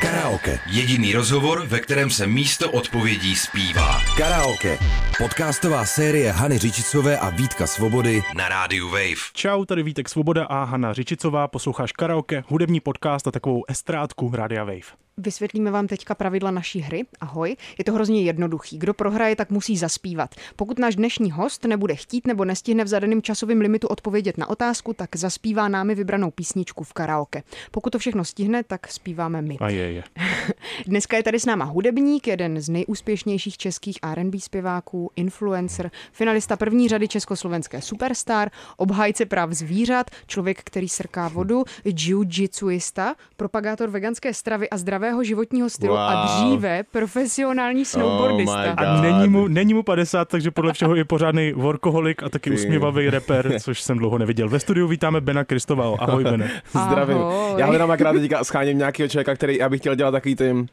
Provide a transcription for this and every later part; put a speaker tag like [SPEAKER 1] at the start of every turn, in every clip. [SPEAKER 1] Karaoke.
[SPEAKER 2] Jediný rozhovor, ve kterém se místo odpovědí zpívá.
[SPEAKER 1] Karaoke. Podcastová série Hany Řičicové a Vítka Svobody
[SPEAKER 2] Na rádiu Wave.
[SPEAKER 3] Čau, tady Vítek Svoboda a Hanna Řičicová, posloucháš karaoke, hudební podcast a takovou estrádku Radia Wave.
[SPEAKER 4] Vysvětlíme vám teďka pravidla naší hry. Ahoj. Je to hrozně jednoduchý. Kdo prohraje, tak musí zaspívat. Pokud náš dnešní host nebude chtít nebo nestihne v zadaném časovém limitu odpovědět na otázku, tak zaspívá námi vybranou písničku v karaoke. Pokud to všechno stihne, tak zpíváme my.
[SPEAKER 3] A je, je.
[SPEAKER 4] Dneska je tady s náma hudebník, jeden z nejúspěšnějších českých R&B zpěváků, influencer, finalista první řady československé superstar, obhájce práv zvířat, člověk, který srká vodu, jiu-jitsuista, propagátor veganské stravy a zdravého životního stylu a
[SPEAKER 5] Wow. Oh
[SPEAKER 4] dříve profesionální snowboardista.
[SPEAKER 5] God.
[SPEAKER 3] A není mu, není mu 50, takže podle všeho je pořádný workoholik a taky
[SPEAKER 5] Ty.
[SPEAKER 3] usměvavý reper, což jsem dlouho neviděl. Ve studiu vítáme Bena Kristoval. Ahoj, Bene.
[SPEAKER 5] Zdravím.
[SPEAKER 4] Ahoj.
[SPEAKER 5] Já hledám akorát teďka scháním nějakého člověka, který já bych chtěl dělat takový ty uh,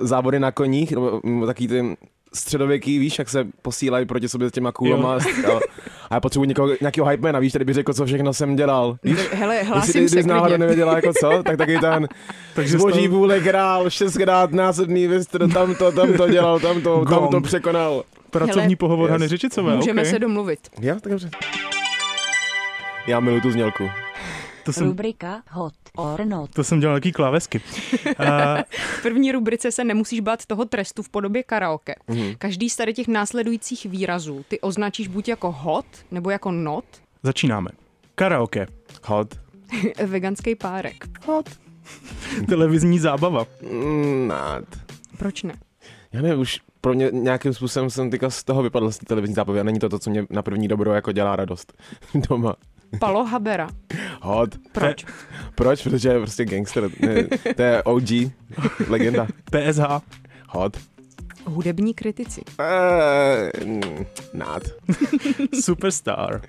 [SPEAKER 5] závody na koních, nebo mm, takový ty středověký, víš, jak se posílají proti sobě s těma kůlama. A, a já potřebuji někoho, nějakého hypemana, víš, který by řekl, co všechno jsem dělal. Víš,
[SPEAKER 4] Hele,
[SPEAKER 5] Jestli
[SPEAKER 4] hlásím
[SPEAKER 5] ty,
[SPEAKER 4] se
[SPEAKER 5] ty jsi náhodou
[SPEAKER 4] klidně.
[SPEAKER 5] nevěděla jako co, tak taky ten
[SPEAKER 3] Takže
[SPEAKER 5] Takže boží
[SPEAKER 3] stav-
[SPEAKER 5] vůle král, šestkrát násobný vystr, tamto, tamto dělal, tamto,
[SPEAKER 3] Gong.
[SPEAKER 5] tamto překonal.
[SPEAKER 3] Pracovní
[SPEAKER 4] Hele.
[SPEAKER 3] pohovor
[SPEAKER 5] Yes.
[SPEAKER 3] Hany Řičicové.
[SPEAKER 4] Můžeme
[SPEAKER 3] okay.
[SPEAKER 4] se domluvit.
[SPEAKER 5] Já? Tak dobře. Já miluju tu znělku.
[SPEAKER 3] to, jsem,
[SPEAKER 6] Rubrika Hot or Not.
[SPEAKER 3] to jsem dělal nějaký klávesky.
[SPEAKER 4] V první rubrice se nemusíš bát toho trestu v podobě karaoke.
[SPEAKER 5] Mhm.
[SPEAKER 4] Každý z tady těch následujících výrazů ty označíš buď jako hot, nebo jako not,
[SPEAKER 3] Začínáme. Karaoke,
[SPEAKER 5] Hot.
[SPEAKER 4] veganský párek.
[SPEAKER 5] Hot.
[SPEAKER 3] televizní zábava,
[SPEAKER 5] Mm, not.
[SPEAKER 4] Proč ne?
[SPEAKER 5] Já nevím, už pro mě nějakým způsobem jsem teďka z toho vypadl z té televizní zábavy a není to to, co mě na první dobro jako dělá radost doma.
[SPEAKER 4] Palo Habera.
[SPEAKER 5] Hot.
[SPEAKER 4] Proč?
[SPEAKER 5] Proč? Protože je prostě gangster. Ne, To je OG. Legenda.
[SPEAKER 3] PSH,
[SPEAKER 5] Hot.
[SPEAKER 4] Hudební kritici.
[SPEAKER 5] Eh, Not.
[SPEAKER 3] superstar.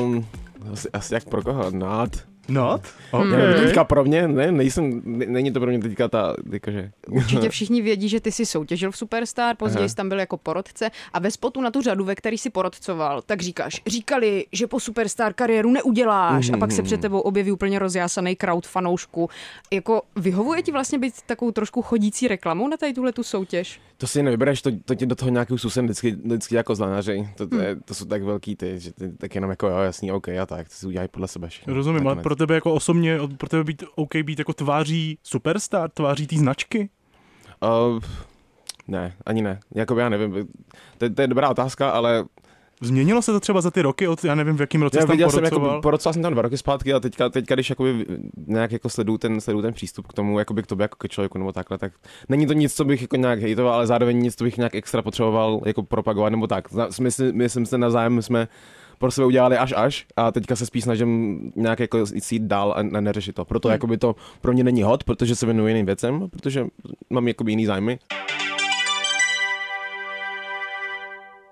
[SPEAKER 5] Um, asi, asi jak pro koho? Not.
[SPEAKER 3] Not? Okay.
[SPEAKER 5] Já nevím, teďka pro mě, ne, nejsem, ne, není to pro mě teďka ta, jakože,
[SPEAKER 4] Určitě všichni vědí, že ty jsi soutěžil v Superstar, později jsi tam byl jako porodce a ve spotu na tu řadu, ve který jsi porodcoval, tak říkáš, říkali, že po Superstar kariéru neuděláš a pak se před tebou objeví úplně rozjásaný crowd fanoušku. Jako vyhovuje ti vlastně být takovou trošku chodící reklamou na tady tuhle tu soutěž?
[SPEAKER 5] to si nevybereš, to, to ti do toho nějakým způsobem vždycky, vždycky jako zlanaři, to, to, je, to jsou tak velký ty, že ty, tak jenom jako jo, jasný, OK, a tak, to si udělají podle sebe všechno.
[SPEAKER 3] Rozumím, ale
[SPEAKER 5] Nakonec.
[SPEAKER 3] pro tebe jako osobně, pro tebe být OK být jako tváří superstar, tváří té značky?
[SPEAKER 5] Uh, ne, ani ne. Jakoby já nevím. To, je- to je dobrá otázka, ale
[SPEAKER 3] Změnilo se to třeba za ty roky, od, já nevím, v jakém roce
[SPEAKER 5] já
[SPEAKER 3] jsi tam
[SPEAKER 5] viděl jsem,
[SPEAKER 3] porocoval?
[SPEAKER 5] jako, porocoval jsem tam dva roky zpátky a teďka, teďka když jakoby nějak jako sleduju ten, sleduju ten přístup k tomu, jakoby k tobě jako k člověku nebo takhle, tak není to nic, co bych jako nějak hejtoval, ale zároveň nic, co bych nějak extra potřeboval jako propagovat nebo tak. Zna- My, si- my jsme se navzájem jsme pro sebe udělali až až a teďka se spíš snažím nějak jako jít dál a ne- neřešit to. Proto jakoby to pro mě není hot, protože se věnuji jiným věcem, protože mám jakoby jiný zájmy.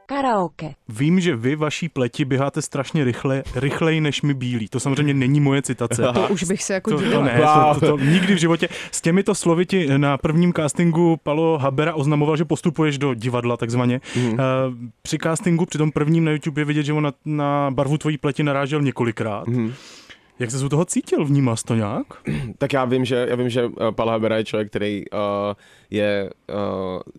[SPEAKER 6] Karaoke.
[SPEAKER 3] Vím, že vy vaší pleti běháte strašně rychle, rychleji než my bílí. To samozřejmě není moje citace.
[SPEAKER 4] To už bych se jako
[SPEAKER 3] To, to
[SPEAKER 4] divila.
[SPEAKER 3] ne, to, to, to, nikdy v životě. S těmito slovy ti na prvním castingu Palo Habera oznamoval, že postupuješ do divadla takzvaně.
[SPEAKER 5] Mhm.
[SPEAKER 3] Mm. Při castingu, při tom prvním na YouTube je vidět, že on na, na barvu tvojí pleti narážel několikrát.
[SPEAKER 5] Mhm.
[SPEAKER 3] Mm. Jak se u toho cítil? Vnímal jsi to nějak?
[SPEAKER 5] Tak já vím, že, já vím, že eh, Pal Habera je člověk, který uh, je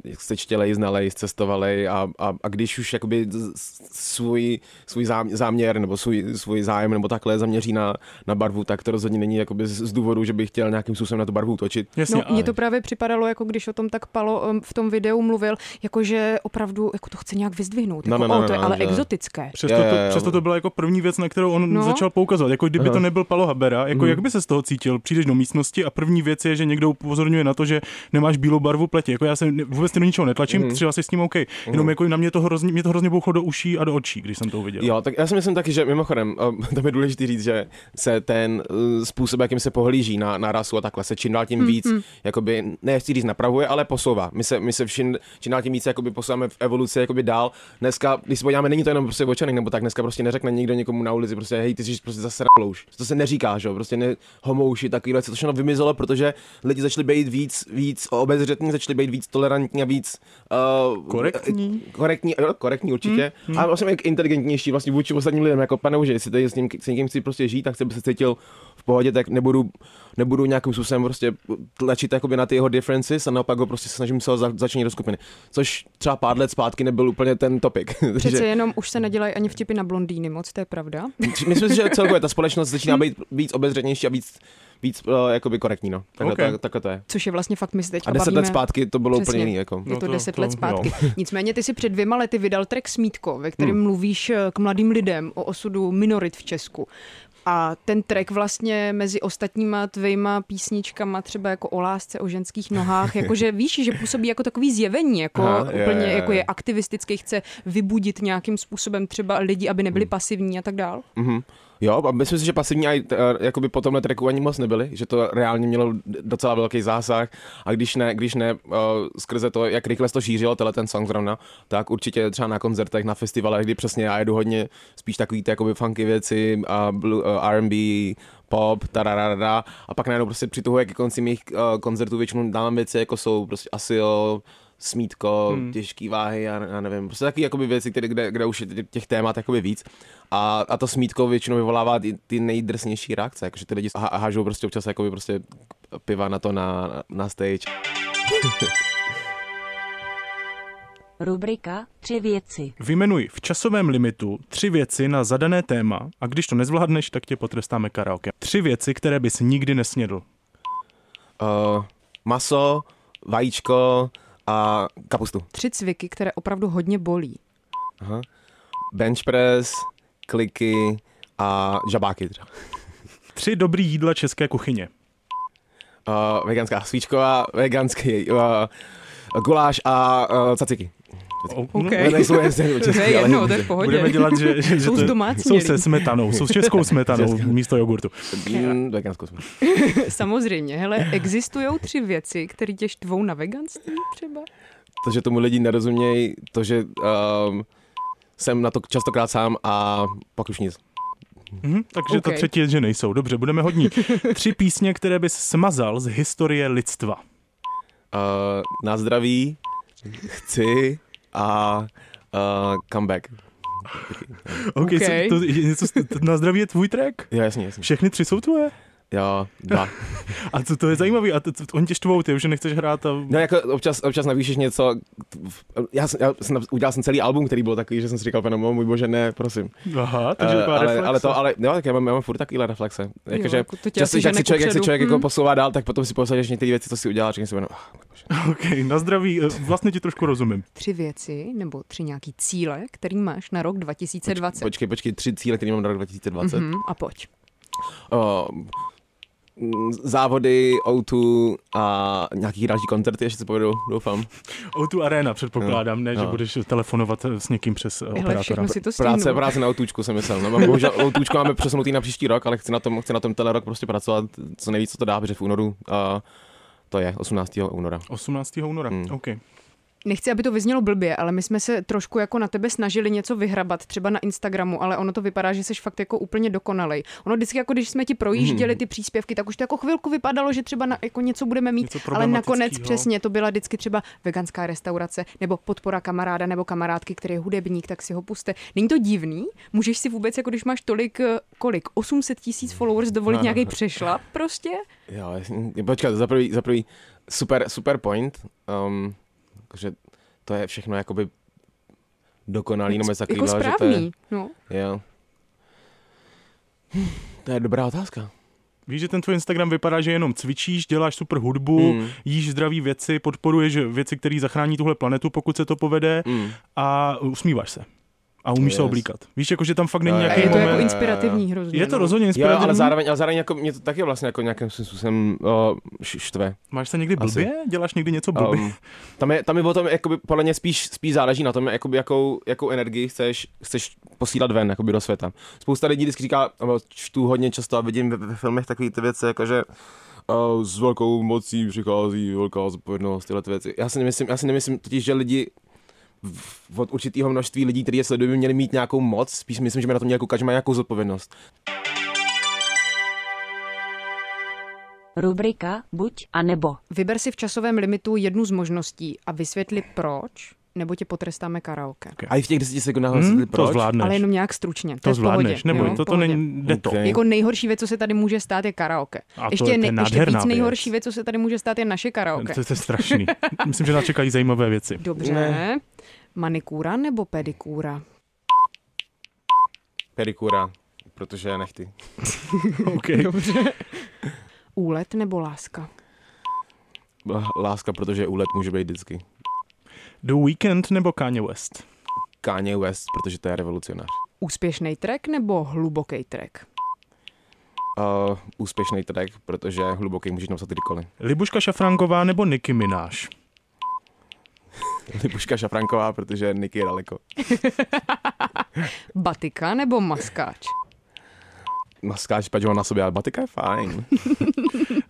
[SPEAKER 5] uh, sečtělej, znalej, cestovalej a, a, a když už jakoby z- z- svůj, svůj zám- záměr nebo svůj, svůj zájem nebo takhle zaměří na, na barvu, tak to rozhodně není jakoby z, z důvodu, že bych chtěl nějakým způsobem na tu barvu točit.
[SPEAKER 3] Jasně,
[SPEAKER 4] No, mně to právě připadalo, jako když o tom tak Palo um, v tom videu mluvil, jako že opravdu jako to chce nějak vyzdvihnout.
[SPEAKER 5] No,
[SPEAKER 4] Jako,
[SPEAKER 5] no, no,
[SPEAKER 4] o, to je
[SPEAKER 5] no,
[SPEAKER 4] ale
[SPEAKER 5] že-
[SPEAKER 4] exotické.
[SPEAKER 3] Přesto,
[SPEAKER 5] Jo,
[SPEAKER 3] to,
[SPEAKER 5] jo, jo.
[SPEAKER 3] přesto to byla jako první věc, na kterou on no.
[SPEAKER 4] No.
[SPEAKER 3] začal poukazovat. Jako kdyby to nebyl Palo Habera,
[SPEAKER 5] Mhm.
[SPEAKER 3] jako jak by se z toho cítil? Přijdeš do místnosti a první věc je, že někdo upozorňuje na to, že nemáš bílou barvu pleti. Jako já se ne- vůbec do ničeho netlačím,
[SPEAKER 5] Mhm.
[SPEAKER 3] třeba si s ním OK. Jenom jako na mě to hrozně, mě to hrozně bouchlo do uší a do očí, když jsem to uviděl.
[SPEAKER 5] Jo, tak já si myslím taky, že mimochodem, eh, tam je důležité říct, že se ten eh, způsob, jakým se pohlíží na, na rasu a takhle, se čím dál tím víc, jakoby, ne chci říct napravuje, ale posouvá. My se, my se všim, čím dál tím víc jakoby posouváme v evoluci jakoby dál. Dneska, když se podíváme, není to jenom prostě očanek, nebo tak dneska prostě neřekne nikdo někomu na ulici, prostě hej, ty jsi prostě zase to se neříká, že jo, prostě ne, homouši, takovýhle, co to všechno vymizelo, protože lidi začali být víc, víc obezřetní, začali být víc tolerantní a víc... Uh,
[SPEAKER 3] Korektní.
[SPEAKER 5] eh, Korektní, jo, korektní určitě. Hmm, A vlastně i inteligentnější vlastně vůči ostatním lidem, jako pane, že jestli tady s, ním, s někým chci prostě žít, tak chci, aby se cítil v pohodě, tak nebudu, nebudu nějakým způsobem prostě tlačit jakoby na ty jeho differences a naopak ho prostě se snažím se za, začlenit do skupiny. Což třeba pár let zpátky nebyl úplně ten topik.
[SPEAKER 4] Přece jenom už se nedělají ani vtipy na blondýny moc, to je pravda.
[SPEAKER 5] Myslím si, že celkově ta společnost začíná být víc obezřetnější a víc, víc uh, jakoby korektní, no. Takhle,
[SPEAKER 3] Okay.
[SPEAKER 5] okay. tak, takhle to je.
[SPEAKER 4] Což je vlastně fakt, my se teďka
[SPEAKER 5] A deset
[SPEAKER 4] bavíme.
[SPEAKER 5] let zpátky to bylo
[SPEAKER 4] Přesně.
[SPEAKER 5] úplně jiný, jako.
[SPEAKER 4] Je
[SPEAKER 3] No
[SPEAKER 4] to
[SPEAKER 3] to-
[SPEAKER 4] 10
[SPEAKER 3] to-
[SPEAKER 4] let zpátky. Nicméně ty si před dvěma lety vydal track Smítko, ve kterém hmm. mluvíš eh, k mladým lidem o osudu minorit v Česku. A ten track vlastně mezi ostatníma tvejma písničkama, třeba jako o lásce, o ženských nohách, jakože víš, že působí jako takový zjevení, jako Aha,
[SPEAKER 5] Aha,
[SPEAKER 4] úplně
[SPEAKER 5] je,
[SPEAKER 4] je,
[SPEAKER 5] je, je.
[SPEAKER 4] jako je aktivistický, chce vybudit nějakým způsobem třeba lidi, aby
[SPEAKER 5] Hmm.
[SPEAKER 4] nebyli pasivní a tak dál.
[SPEAKER 5] Mhm. Jo, a myslím si, že pasivní aj, t- eh, jakoby po tomhle tracku ani moc nebyli, že to reálně mělo d- docela velký zásah a když ne, když ne uh, skrze to, jak rychle se to šířilo, tenhle ten song zrovna, tak určitě třeba na koncertech, na festivalech, kdy přesně já jedu hodně spíš takový ty jakoby funky věci a blu- eh, R&B, pop, tararara, a pak najednou prostě přituhuje ke konci mých uh, koncertů většinou dávám věci, jako jsou prostě Asil, smítko, hmm. těžký váhy, já, já nevím, prostě takový jakoby věci, které, kde, kde už je tě- těch témat jakoby víc. A, a to smítko většinou vyvolává ty, ty nejdrsnější reakce, jakože ty lidi há- hážou prostě občas jakoby prostě piva na to na, na stage.
[SPEAKER 6] Rubrika Tři věci.
[SPEAKER 3] Vymenuj v časovém limitu tři věci na zadané téma a když to nezvládneš, tak tě potrestáme karaoke. Tři věci, které bys nikdy nesnědl.
[SPEAKER 5] Uh, maso, vajíčko a kapustu.
[SPEAKER 4] Tři cviky, které opravdu hodně bolí.
[SPEAKER 5] Bench press, kliky a žabáky třeba.
[SPEAKER 3] Tři dobrý jídla české kuchyně.
[SPEAKER 5] Uh, veganská svíčková, veganský uh, guláš a uh, caciky.
[SPEAKER 3] no,
[SPEAKER 4] OK.
[SPEAKER 5] Ne, nejsou jen-
[SPEAKER 4] To je
[SPEAKER 5] český, ale-
[SPEAKER 4] jedno, to je v pohodě.
[SPEAKER 3] Budeme dělat, že, že, že
[SPEAKER 4] Jsou
[SPEAKER 3] to
[SPEAKER 4] z
[SPEAKER 3] je-
[SPEAKER 4] domácí
[SPEAKER 3] jsou se
[SPEAKER 4] mělí.
[SPEAKER 3] smetanou, jsou s českou smetanou
[SPEAKER 5] Česká.
[SPEAKER 3] místo jogurtu.
[SPEAKER 5] Mm, veganskou jsme.
[SPEAKER 4] Samozřejmě, hele, existují tři věci, které tě štvou na veganství třeba?
[SPEAKER 5] To, že tomu lidi nerozumějí, to, že um, jsem na to častokrát sám a pak už nic.
[SPEAKER 3] Mhm, takže okay. to
[SPEAKER 4] OK.
[SPEAKER 3] třetí je, že nejsou. Dobře, budeme hodní. Tři písně, které bys smazal z historie lidstva.
[SPEAKER 5] Uh, na zdraví, chci a uh, comeback.
[SPEAKER 3] OK,
[SPEAKER 4] OK.
[SPEAKER 3] co, to, je něco, s- to, na zdraví je tvůj track?
[SPEAKER 5] Jo, jasně, jasně.
[SPEAKER 3] Všechny tři jsou tvoje?
[SPEAKER 5] Jo, dva.
[SPEAKER 3] A to, to je zajímavé. A to, to, oni tě štvou, ty už je nechceš hrát a...
[SPEAKER 5] No jako občas, občas napíšeš něco, já, jsem, já jsem, nap- udělal jsem celý album, který byl takový, že jsem si říkal, pane můj bože, ne, prosím.
[SPEAKER 3] Aha, takže
[SPEAKER 5] Eh,
[SPEAKER 3] to byla
[SPEAKER 5] ale,
[SPEAKER 3] reflexe.
[SPEAKER 5] ale, to, ale, jo, tak já mám, já mám furt takovýhle reflexe. Jakože,
[SPEAKER 4] no. jako to tě
[SPEAKER 5] často,
[SPEAKER 4] asi
[SPEAKER 5] jak,
[SPEAKER 4] žene
[SPEAKER 5] si člověk, jak se
[SPEAKER 4] kupředu.
[SPEAKER 5] člověk jako
[SPEAKER 4] Hmm.
[SPEAKER 5] posouvá dál, tak potom si posadíš některé věci, co si udělal, říkáš si, no, ah, můj bože.
[SPEAKER 3] OK, na zdraví, eh, vlastně ti trošku rozumím.
[SPEAKER 4] Tři věci nebo tři nějaký cíle, který máš na rok 2020.
[SPEAKER 5] Počkej, počkej, tři cíle, které mám na rok 2020. Mm-hmm.
[SPEAKER 4] Mhm, a pojď.
[SPEAKER 5] závody, O2 a nějaký další koncerty, ještě se povedou, doufám.
[SPEAKER 3] O2 Arena předpokládám, ne, že
[SPEAKER 5] jo.
[SPEAKER 3] budeš telefonovat eh, s někým přes eh,
[SPEAKER 4] Hele,
[SPEAKER 3] operátora.
[SPEAKER 4] všechno No si to stihnu.
[SPEAKER 5] Práce, práce na autůčku jsem myslel. No, mám- bohužel autůčko máme přesunutý na příští rok, ale chci na tom, chci na tom ten rok prostě pracovat, co nejvíc, co to dá, protože v únoru a to je 18. února.
[SPEAKER 3] 18. února,
[SPEAKER 5] Hmm.
[SPEAKER 3] OK.
[SPEAKER 4] Nechci, aby to vyznělo blbě, ale my jsme se trošku jako na tebe snažili něco vyhrabat, třeba na Instagramu, ale ono to vypadá, že jsi fakt jako úplně dokonalej. Ono vždycky, jako když jsme ti
[SPEAKER 5] Hmm.
[SPEAKER 4] projížděli ty příspěvky, tak už to jako chvilku vypadalo, že třeba na, jako něco budeme mít,
[SPEAKER 3] Něco
[SPEAKER 4] ale nakonec
[SPEAKER 3] problematického.
[SPEAKER 4] přesně to byla vždycky třeba veganská restaurace nebo podpora kamaráda nebo kamarádky, který je hudebník, tak si ho puste. Není to divný? Můžeš si vůbec, jako když máš tolik, eh, kolik, 800 tisíc followers,
[SPEAKER 5] No,
[SPEAKER 4] dovolit nějaký přešlap prostě?
[SPEAKER 5] Jo, jasně. počkat, za prvý, za prvý super, super point, um, že to je všechno jakoby dokonalý, no bez
[SPEAKER 4] Jako
[SPEAKER 5] takovýhle, že to je,
[SPEAKER 4] správný. No.
[SPEAKER 5] jo. Hm, To je dobrá otázka.
[SPEAKER 3] Víš, že ten tvůj Instagram vypadá, že jenom cvičíš, děláš super hudbu,
[SPEAKER 5] Hmm.
[SPEAKER 3] mm. jíš zdraví věci, podporuješ věci, které zachrání tuhle planetu, pokud se to povede
[SPEAKER 5] Mm.
[SPEAKER 3] a usmíváš se. A umíš yes. se
[SPEAKER 5] Yes.
[SPEAKER 3] oblíkat. Víš, jako, že tam fakt není
[SPEAKER 5] A
[SPEAKER 3] nějaký
[SPEAKER 4] A je to
[SPEAKER 3] moment.
[SPEAKER 4] jako inspirativní hrozně.
[SPEAKER 3] je to
[SPEAKER 4] no.
[SPEAKER 3] rozhodně
[SPEAKER 5] Jo,
[SPEAKER 3] inspirativní.
[SPEAKER 5] ale zároveň, ale zároveň jako mě to taky vlastně jako nějakým způsobem uh, štve.
[SPEAKER 3] Máš se někdy
[SPEAKER 5] Asi.
[SPEAKER 3] blbě? Děláš někdy něco blbě?
[SPEAKER 5] Um, tam, je, tam je o tom, jakoby, podle mě spíš, spíš záleží na tom, jakoby, jakou, jakou energii chceš, chceš posílat ven jakoby, do světa. Spousta lidí vždycky říká, nebo čtu hodně často a vidím ve, ve filmech takové ty věci, jakože uh, s velkou mocí přichází velká zodpovědnost, tyhle ty věci. Já si nemyslím, já si nemyslím totiž, že lidi v- od určitého množství lidí, kteří je sledují, by měli mít nějakou moc. Spíš myslím, že my na tom nějakou, každý má nějakou zodpovědnost.
[SPEAKER 6] Rubrika buď a nebo.
[SPEAKER 4] Vyber si v časovém limitu jednu z možností a vysvětli proč, nebo tě potrestáme karaoke.
[SPEAKER 5] A i v těch deseti sekundách
[SPEAKER 3] Hm,
[SPEAKER 5] hmm,
[SPEAKER 3] to
[SPEAKER 5] proč?
[SPEAKER 3] zvládneš.
[SPEAKER 4] Ale jenom nějak stručně. To,
[SPEAKER 3] to
[SPEAKER 4] je v pohodě,
[SPEAKER 3] zvládneš, neboj,
[SPEAKER 4] jo,
[SPEAKER 3] to, to
[SPEAKER 4] v pohodě.
[SPEAKER 3] není, jde to.
[SPEAKER 5] Okay.
[SPEAKER 4] Jako nejhorší věc, co se tady může stát, je karaoke.
[SPEAKER 3] A to
[SPEAKER 4] ještě,
[SPEAKER 3] je- to je
[SPEAKER 4] ne, ještě
[SPEAKER 3] nádherná
[SPEAKER 4] víc
[SPEAKER 3] věc.
[SPEAKER 4] nejhorší věc, co se tady může stát, je naše karaoke.
[SPEAKER 3] To, to je strašný. Myslím, že nás čekají zajímavé věci.
[SPEAKER 4] Dobře.
[SPEAKER 5] Ne.
[SPEAKER 4] Manikúra nebo pedikúra?
[SPEAKER 5] Perikura, protože nechty.
[SPEAKER 3] Okay.
[SPEAKER 4] Úlet nebo láska?
[SPEAKER 5] Láska, protože úlet může být vždycky.
[SPEAKER 3] The Weekend nebo Kanye West?
[SPEAKER 5] Kanye West, protože to je revolucionář.
[SPEAKER 4] Úspěšný track nebo hluboký track?
[SPEAKER 5] Uh, úspěšný track, protože hluboký můžeš napsat kdykoliv.
[SPEAKER 3] Libuška Šafránková nebo Nicki Minaj?
[SPEAKER 5] Libuška Šafranková, protože Niky je daleko.
[SPEAKER 4] Batika nebo maskáč?
[SPEAKER 5] Maskáč, pač ho na sobě, ale batika je fajn.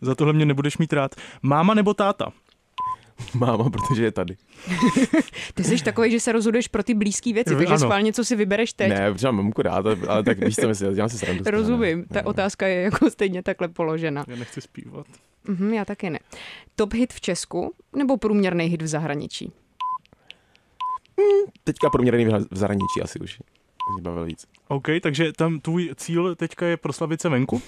[SPEAKER 3] Za tohle mě nebudeš mít rád. Máma nebo táta?
[SPEAKER 5] Máma, protože je tady.
[SPEAKER 4] Ty jsi takový, že se rozhoduješ pro ty blízké věci, takže
[SPEAKER 3] Ano.
[SPEAKER 4] schválně, co si vybereš teď.
[SPEAKER 5] Ne, protože mám mamku rád, ale- ale tak víš, co myslím, dělám si srandu. z toho, ne?
[SPEAKER 4] Rozumím,
[SPEAKER 5] No,
[SPEAKER 4] ta otázka je jako stejně takhle položena.
[SPEAKER 3] Já nechci zpívat.
[SPEAKER 4] Mhm, já taky ne. Top hit v Česku nebo průměrný hit v zahraničí?
[SPEAKER 5] Teďka průměrný v zahraničí asi už. To Mě bavil víc.
[SPEAKER 3] OK, takže tam tvůj cíl teďka je proslavit se venku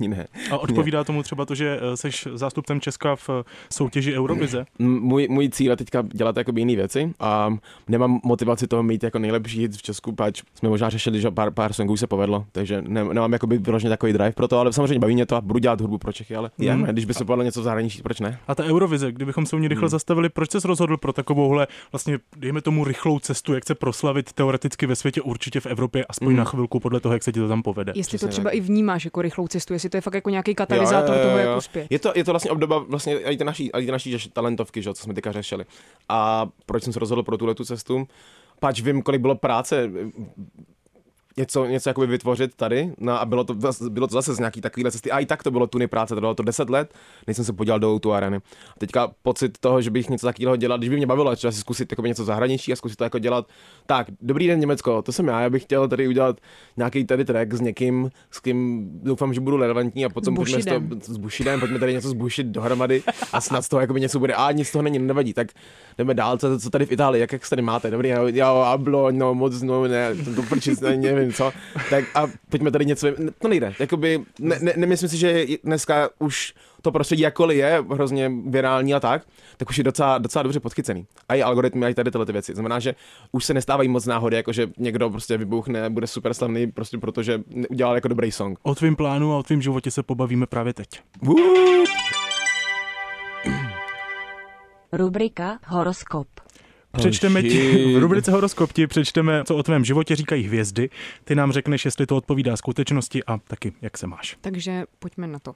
[SPEAKER 5] Ani ne.
[SPEAKER 3] a odpovídá tomu třeba to, že eh, seš zástupcem Česka v eh, soutěži Eurovize.
[SPEAKER 5] M- Můj, můj cíl je teďka dělat jakoby jiné věci a nemám motivaci toho mít jako nejlepší hit v Česku, pač jsme možná řešili, že pár, pár songů se povedlo, takže ne, nemám jakoby vyloženě takový drive pro to, ale samozřejmě baví mě to a budu dělat hudbu pro Čechy, ale
[SPEAKER 3] Mhm.
[SPEAKER 5] mm. když by se povedlo něco v zahraničí, proč ne?
[SPEAKER 3] A ta Eurovize, kdybychom se u ní rychle zastavili, proč jsi rozhodl pro takovouhle, vlastně dejme tomu rychlou cestu, jak se proslavit teoreticky ve světě, určitě v Evropě, aspoň
[SPEAKER 5] Mm.
[SPEAKER 3] na chvilku podle toho, jak se ti to tam povede.
[SPEAKER 4] Jestli to
[SPEAKER 5] Přesně
[SPEAKER 4] třeba
[SPEAKER 5] tak.
[SPEAKER 4] i vnímáš jako rychlou cestu, jestli to je fakt jako nějaký katalyzátor toho,
[SPEAKER 3] jako
[SPEAKER 4] jak uspět.
[SPEAKER 5] Je to, je to vlastně obdoba vlastně i ty naší, i ty naší že- talentovky, že, jo, co jsme teďka řešili. A proč jsem se rozhodl pro tuhle tu cestu? Pač vím, kolik bylo práce něco, něco jakoby vytvořit tady no, a bylo to, zas- bylo to zase z nějaký takovýhle cesty. A i tak to bylo tuny práce, trvalo to 10 let, než jsem se podělal do tu areny. A teďka pocit toho, že bych něco takového dělal, když by mě bavilo, třeba si zkusit jakoby něco v zahraničí a zkusit to jako dělat. Tak, dobrý den Německo, to jsem já, já bych chtěl tady udělat nějaký tady track s někým, s kým doufám, že budu relevantní a potom pojďme z toho,
[SPEAKER 4] Bushidem.
[SPEAKER 5] s Bushidem, pojďme tady něco zbušit dohromady a snad z toho jakoby něco bude. A nic z toho není, nevadí, tak jdeme dál, co, co tady v Itálii, jak, jak se tady máte, dobrý, jo, jo, ablo, no moc, no ne, to prčic, ne, nevím co, tak a pojďme tady něco, ne, to nejde, jakoby, ne, ne, nemyslím si, že je- dneska už to prostředí jakkoliv je hrozně virální a tak, tak už je docela, docela dobře podchycený. A i algoritmy, a i tady tyhle ty věci. Znamená, že už se nestávají moc náhody, jako že někdo prostě vybuchne, bude super slavný, prostě protože udělal jako dobrý song.
[SPEAKER 3] O tvém plánu a o tvém životě se pobavíme právě teď.
[SPEAKER 5] Woo!
[SPEAKER 6] Rubrika horoskop.
[SPEAKER 3] Přečteme ti,
[SPEAKER 5] shit.
[SPEAKER 3] v rubrice Horoskop ti přečteme, co o tvém životě říkají hvězdy. Ty nám řekneš, jestli to odpovídá skutečnosti a taky, jak se máš.
[SPEAKER 4] Takže pojďme na to.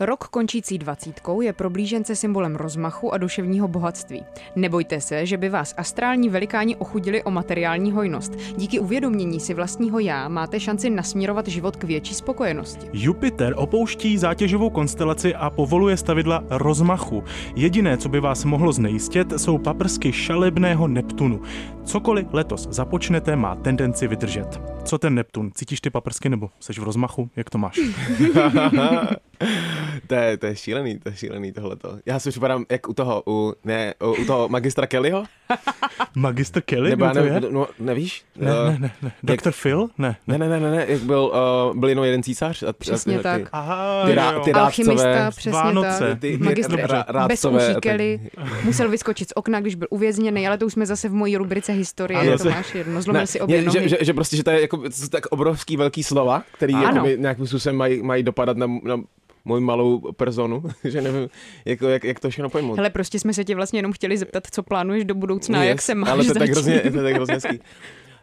[SPEAKER 4] Rok končící dvacítkou je pro blížence symbolem rozmachu a duševního bohatství. Nebojte se, že by vás astrální velikáni ochudili o materiální hojnost. Díky uvědomění si vlastního já máte šanci nasměrovat život k větší spokojenosti.
[SPEAKER 3] Jupiter opouští zátěžovou konstelaci a povoluje stavidla rozmachu. Jediné, co by vás mohlo znejistit, jsou paprsky šalebného Neptunu. Cokoliv letos započnete, má tendenci vydržet. Co ten Neptun? Cítíš ty paprsky nebo seš v rozmachu? Jak to máš?
[SPEAKER 5] to, je, to je šílený, to je šílený tohleto. Já si připadám jak u toho, u, ne, u, u toho magistra Kellyho?
[SPEAKER 3] Magister Kelly?
[SPEAKER 5] Nebo já
[SPEAKER 3] Kdo to je?
[SPEAKER 5] nevím, no, nevíš?
[SPEAKER 3] Ne,
[SPEAKER 5] Eh,
[SPEAKER 3] ne, ne, ne. Doktor Phil? Ne, ne.
[SPEAKER 5] Ne, ne, ne, ne, ne, jak byl, uh, byl jenom jeden císař. A,
[SPEAKER 4] Přesně
[SPEAKER 5] a,
[SPEAKER 4] tak.
[SPEAKER 3] Aha,
[SPEAKER 5] Ty rá-
[SPEAKER 3] jo.
[SPEAKER 5] ty rá-
[SPEAKER 4] Alchymista,
[SPEAKER 5] rádcové,
[SPEAKER 4] přesně
[SPEAKER 3] Vánoce.
[SPEAKER 4] tak.
[SPEAKER 5] Ty, ty,
[SPEAKER 4] Magistr
[SPEAKER 5] rá-
[SPEAKER 4] Bez
[SPEAKER 5] rádcové jako- a
[SPEAKER 4] uší
[SPEAKER 5] tak-
[SPEAKER 4] Kelly, musel vyskočit z okna, když byl uvězněný, ale to už jsme zase v mojí rubrice historie,
[SPEAKER 3] Ano,
[SPEAKER 4] to
[SPEAKER 3] se-
[SPEAKER 4] máš jedno, zlomil si obě
[SPEAKER 5] že,
[SPEAKER 4] nohy.
[SPEAKER 5] že, že, že, prostě, že to je jako, to jsou tak obrovský velký slova, který
[SPEAKER 4] Ano.
[SPEAKER 5] jakoby, nějakým způsobem mají, mají dopadat na, na moji malou personu, že nevím, jako, jak, jak to všechno pojmout.
[SPEAKER 4] Hele, prostě jsme se tě vlastně jenom chtěli zeptat, co plánuješ do budoucna, jak
[SPEAKER 5] Yes,
[SPEAKER 4] se máš
[SPEAKER 5] No Ale to je tak
[SPEAKER 4] zatím.
[SPEAKER 5] hrozně, to je tak hrozně hezký.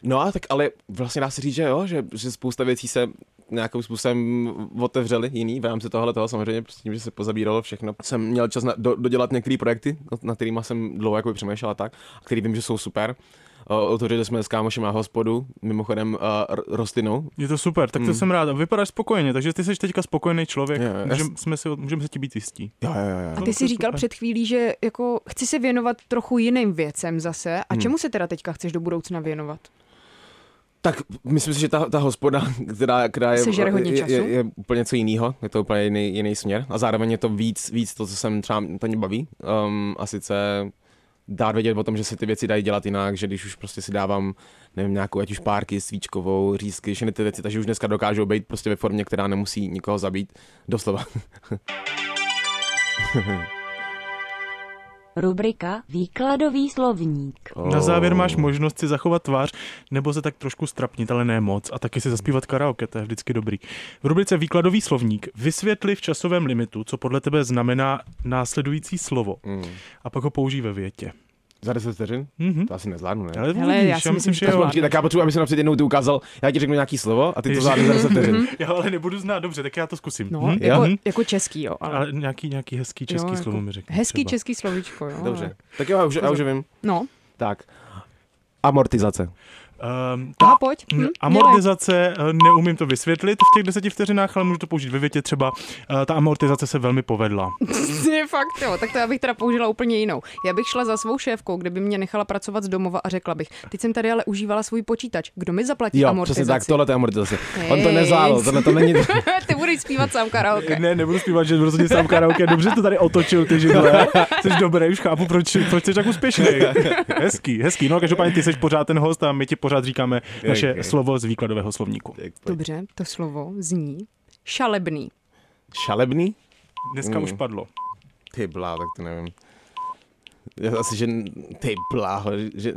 [SPEAKER 5] No a tak ale vlastně dá se říct, že jo, že, že spousta věcí se nějakým způsobem otevřely jiný v rámci tohle toho samozřejmě, prostě tím, že se pozabíralo všechno. Jsem měl čas na, do, dodělat některé projekty, na- na kterými jsem dlouho jako přemýšlel a tak, a který vím, že jsou super. O- Otevřeli jsme s kámošem na hospodu, mimochodem uh, rostlinou.
[SPEAKER 3] Je to super, tak to jsem rád. A Vypadáš spokojeně, takže ty jsi teďka spokojený člověk.
[SPEAKER 5] Mm. Jo, jo.
[SPEAKER 3] Můžeme jsme si, můžem se ti být jistí.
[SPEAKER 5] Jo, jo, jo, jo.
[SPEAKER 4] Ty jsi říkal před chvílí, že jako chci se
[SPEAKER 3] Hmm.
[SPEAKER 4] věnovat trochu jiným věcem zase. A čemu se teda teďka chceš do budoucna věnovat?
[SPEAKER 5] Tak myslím si, že ta, ta hospoda, která, která je,
[SPEAKER 4] Sežere hodně
[SPEAKER 5] je,
[SPEAKER 4] času.
[SPEAKER 5] je, je úplně něco jiného, je to úplně jiný, jiný směr a zároveň je to víc, víc to, co jsem třeba, to mě baví um, a sice dát vědět o tom, že se ty věci dají dělat jinak, že když už prostě si dávám, nevím, nějakou, ať už párky, svíčkovou, řízky, všechny ty věci, takže už dneska dokážou být prostě ve formě, která nemusí nikoho zabít, doslova.
[SPEAKER 6] Rubrika Výkladový slovník.
[SPEAKER 3] Na závěr máš možnost si zachovat tvář nebo se tak trošku strapnit, ale ne moc. A taky si zaspívat karaoke, to je vždycky dobrý. V rubrice Výkladový slovník vysvětli v časovém limitu, co podle tebe znamená následující slovo. Mm. A pak ho použij ve větě.
[SPEAKER 5] Za 10 vteřin?
[SPEAKER 3] Mhm.
[SPEAKER 5] To asi nezvládnu, ne?
[SPEAKER 3] Ale
[SPEAKER 4] Hele,
[SPEAKER 3] uvidíš,
[SPEAKER 4] já si myslím, že
[SPEAKER 5] Tak,
[SPEAKER 4] to
[SPEAKER 3] jo.
[SPEAKER 5] počkej, tak já potřebuji, aby se napřed jednou ty ukázal, já ti řeknu nějaký slovo a ty to
[SPEAKER 3] Ježiš.
[SPEAKER 5] zvládneš za 10
[SPEAKER 4] Mhm.
[SPEAKER 5] vteřin.
[SPEAKER 3] Já ale nebudu znát dobře, tak já to zkusím.
[SPEAKER 4] No,
[SPEAKER 3] Hm?
[SPEAKER 4] jako,
[SPEAKER 5] Hm?
[SPEAKER 4] jako český, jo. Ale,
[SPEAKER 3] Ale nějaký, nějaký hezký český
[SPEAKER 4] jo, jako
[SPEAKER 3] jo, slovo mi řekni.
[SPEAKER 4] Hezký
[SPEAKER 3] třeba.
[SPEAKER 4] český slovíčko, jo.
[SPEAKER 5] Dobře. Tak jo, já už, já už vím.
[SPEAKER 4] No,
[SPEAKER 5] Tak. Amortizace.
[SPEAKER 3] Um, to,
[SPEAKER 4] a pojď.
[SPEAKER 3] Mm,
[SPEAKER 4] Hm, dělej.
[SPEAKER 3] Amortizace, eh, neumím to vysvětlit v těch deseti vteřinách, ale můžu to použít ve větě třeba. eh, Ta amortizace se velmi povedla.
[SPEAKER 4] Ty fakt, jo. Tak to já bych teda použila úplně jinou. Já bych šla za svou šéfkou, kde by mě nechala pracovat z domova a řekla bych, teď jsem tady ale užívala svůj počítač. Kdo mi zaplatí
[SPEAKER 5] Jo,
[SPEAKER 4] amortizaci?
[SPEAKER 5] přesně tak, tohle je amortizace. On to
[SPEAKER 4] Hej.
[SPEAKER 5] nezvládl, tohle to není...
[SPEAKER 4] Ty budeš zpívat sám karaoke.
[SPEAKER 3] Ne, nebudu zpívat, že rozhodně sám karaoke. Dobře jsi to tady otočil, ty židle. Jsi dobrý, už chápu, proč, proč jsi tak úspěšný. Hezký, hezký. No, každopádně ty jsi pořád ten host a my ti pořád říkáme naše
[SPEAKER 5] Ok.
[SPEAKER 3] slovo z výkladového slovníku.
[SPEAKER 4] Dobře, to slovo zní šalebný.
[SPEAKER 5] Šalebný?
[SPEAKER 3] Dneska už padlo.
[SPEAKER 5] Ty blá, tak to nevím. Já asi, že... Ty bláho, že...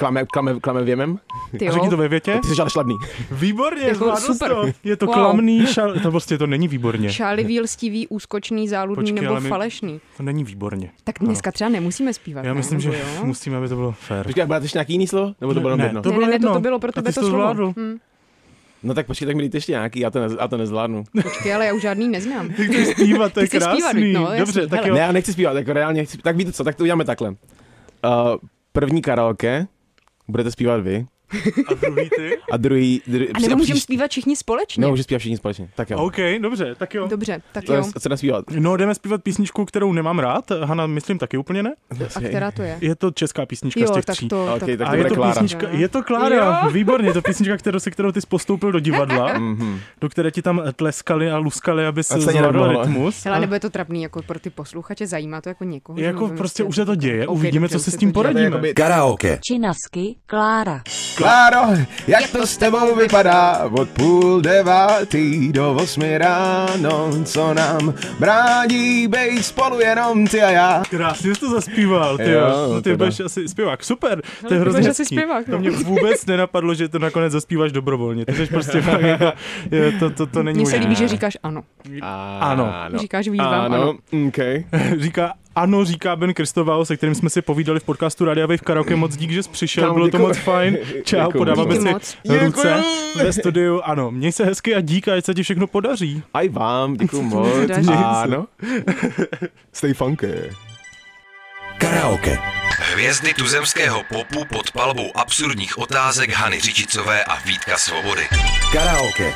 [SPEAKER 5] Klame, klame, klame věmem?
[SPEAKER 4] Ty
[SPEAKER 3] A řekni to
[SPEAKER 4] jo.
[SPEAKER 3] ve větě?
[SPEAKER 5] Ty jsi ale šlabný.
[SPEAKER 3] Výborně,
[SPEAKER 4] Jako
[SPEAKER 3] zvládl jsi
[SPEAKER 4] super.
[SPEAKER 3] to. Je to
[SPEAKER 4] Wow.
[SPEAKER 3] klamný šal... To prostě to není výborně.
[SPEAKER 4] Šálivý, lstivý, úskočný, záludný
[SPEAKER 3] Počkej, ale
[SPEAKER 4] nebo
[SPEAKER 3] my-
[SPEAKER 4] falešný.
[SPEAKER 3] To není výborně.
[SPEAKER 4] Tak dneska třeba nemusíme zpívat.
[SPEAKER 3] Já
[SPEAKER 4] ne?
[SPEAKER 3] myslím,
[SPEAKER 4] Nebo
[SPEAKER 3] že
[SPEAKER 4] jo?
[SPEAKER 3] musíme, aby to bylo fér.
[SPEAKER 5] Počkej, budete ještě nějaký jiný slovo? Nebo to bylo jenom
[SPEAKER 3] Ne,
[SPEAKER 5] jedno?
[SPEAKER 3] to
[SPEAKER 4] Ne,
[SPEAKER 3] bylo
[SPEAKER 4] ne, ne, to,
[SPEAKER 3] jedno.
[SPEAKER 4] to bylo pro
[SPEAKER 3] A
[SPEAKER 4] tebe
[SPEAKER 3] ty jsi
[SPEAKER 4] to
[SPEAKER 3] to
[SPEAKER 4] slovo.
[SPEAKER 3] zvládl.
[SPEAKER 4] Hm,
[SPEAKER 5] No tak počkej, tak mi dejte ještě nějaký, já to, nez, já to nezvládnu.
[SPEAKER 4] počkej, ale já už žádný neznám.
[SPEAKER 3] Ty chceš zpívat, to je
[SPEAKER 4] Ty chceš zpívat,
[SPEAKER 3] krásný.
[SPEAKER 4] no, jasný,
[SPEAKER 3] Dobře, tak
[SPEAKER 4] hele.
[SPEAKER 3] jo.
[SPEAKER 5] Ne, já nechci zpívat, jako reálně chci. Tak víte co, tak to uděláme takhle. Uh, první karaoke, budete zpívat vy,
[SPEAKER 3] A druhý ty?
[SPEAKER 5] a druhý... druhý
[SPEAKER 4] A nebo můžeme
[SPEAKER 5] příští-
[SPEAKER 4] zpívat všichni společně?
[SPEAKER 3] No,
[SPEAKER 5] Nemůžeme zpívat všichni společně. Tak jo.
[SPEAKER 3] OK, dobře, tak jo.
[SPEAKER 4] Dobře, tak
[SPEAKER 5] To je,
[SPEAKER 4] jo.
[SPEAKER 5] co naspívat?
[SPEAKER 3] No, jdeme zpívat písničku, kterou nemám rád. Hana, myslím taky úplně ne.
[SPEAKER 4] A která to je?
[SPEAKER 3] Je to česká písnička z
[SPEAKER 4] Jo,
[SPEAKER 3] těch
[SPEAKER 4] tak
[SPEAKER 3] tří.
[SPEAKER 4] to,
[SPEAKER 5] Ok,
[SPEAKER 4] tak,
[SPEAKER 5] tak
[SPEAKER 3] A
[SPEAKER 5] to
[SPEAKER 3] je
[SPEAKER 5] bude
[SPEAKER 3] to
[SPEAKER 5] Klára.
[SPEAKER 3] písnička, je to Klára,
[SPEAKER 4] Jo.
[SPEAKER 3] výborně, je to písnička, kterou, se kterou ty jsi postoupil do divadla, do které ti tam tleskali a luskali, aby
[SPEAKER 5] Mhm.
[SPEAKER 3] se
[SPEAKER 5] A stejně
[SPEAKER 3] zvládal
[SPEAKER 5] nemohla.
[SPEAKER 3] rytmus.
[SPEAKER 4] Hele,
[SPEAKER 3] A
[SPEAKER 4] nebo je to trapný jako pro ty posluchače, zajímá to jako někoho? že
[SPEAKER 3] Jako
[SPEAKER 4] mluvím
[SPEAKER 3] prostě
[SPEAKER 4] s tím?
[SPEAKER 3] už se to děje,
[SPEAKER 4] Ok,
[SPEAKER 3] uvidíme,
[SPEAKER 4] dobře,
[SPEAKER 3] co
[SPEAKER 4] už
[SPEAKER 3] se s
[SPEAKER 4] to
[SPEAKER 3] tím
[SPEAKER 4] děje.
[SPEAKER 3] poradí.
[SPEAKER 1] Karaoke.
[SPEAKER 6] Činasky Klára.
[SPEAKER 5] Kláro, jak to s tebou vypadá? Od půl devátý do osmi ráno, co nám brání být spolu jenom ty a já.
[SPEAKER 3] Krásně jsi to zaspíval, ty jo.
[SPEAKER 5] Jo,
[SPEAKER 3] No, ty
[SPEAKER 5] teda.
[SPEAKER 3] budeš asi zpěvák, super, to je
[SPEAKER 4] ty
[SPEAKER 3] hrozně
[SPEAKER 4] budeš asi
[SPEAKER 3] hezký.
[SPEAKER 4] zpěvák,
[SPEAKER 3] To
[SPEAKER 4] no.
[SPEAKER 3] mě vůbec nenapadlo, že to nakonec zaspíváš dobrovolně, ty jsi prostě fakt jako, je, to, to, to není
[SPEAKER 4] Mně se
[SPEAKER 3] možné.
[SPEAKER 4] líbí, že říkáš ano.
[SPEAKER 3] Ano.
[SPEAKER 5] ano.
[SPEAKER 4] Říkáš výzvám ano.
[SPEAKER 5] okay.
[SPEAKER 3] Říká, ano, říká Ben Kristoval, se kterým jsme si povídali v podcastu Radia Wave Karaoke. Moc dík, že jsi přišel,
[SPEAKER 5] Kámo,
[SPEAKER 3] bylo
[SPEAKER 5] děkuju.
[SPEAKER 3] to moc fajn. Čau,
[SPEAKER 5] Děkuju.
[SPEAKER 3] podáváme
[SPEAKER 4] Díky
[SPEAKER 3] si
[SPEAKER 4] moc.
[SPEAKER 3] ruce
[SPEAKER 5] Děkuju.
[SPEAKER 3] ve studiu. Ano, měj se hezky a dík, a ať se ti všechno podaří.
[SPEAKER 5] A i vám, děkuju moc.
[SPEAKER 4] Zdaří.
[SPEAKER 5] Ano. Stay funky.
[SPEAKER 1] Karaoke.
[SPEAKER 2] Hvězdy tuzemského popu pod palbou absurdních otázek Hany Řičicové a Vítka Svobody.
[SPEAKER 1] Karaoke.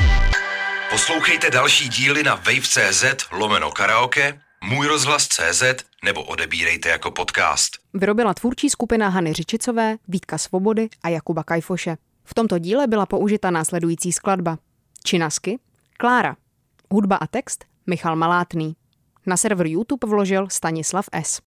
[SPEAKER 2] Poslouchejte další díly na wave.cz lomeno karaoke, můj rozhlas.cz nebo odebírejte jako podcast.
[SPEAKER 4] Vyrobila tvůrčí skupina Hany Řičicové, Vítka Svobody a Jakuba Kajfoše. V tomto díle byla použita následující skladba. Činasky, Klára. Hudba a text Michal Malátný. Na server YouTube vložil Stanislav S.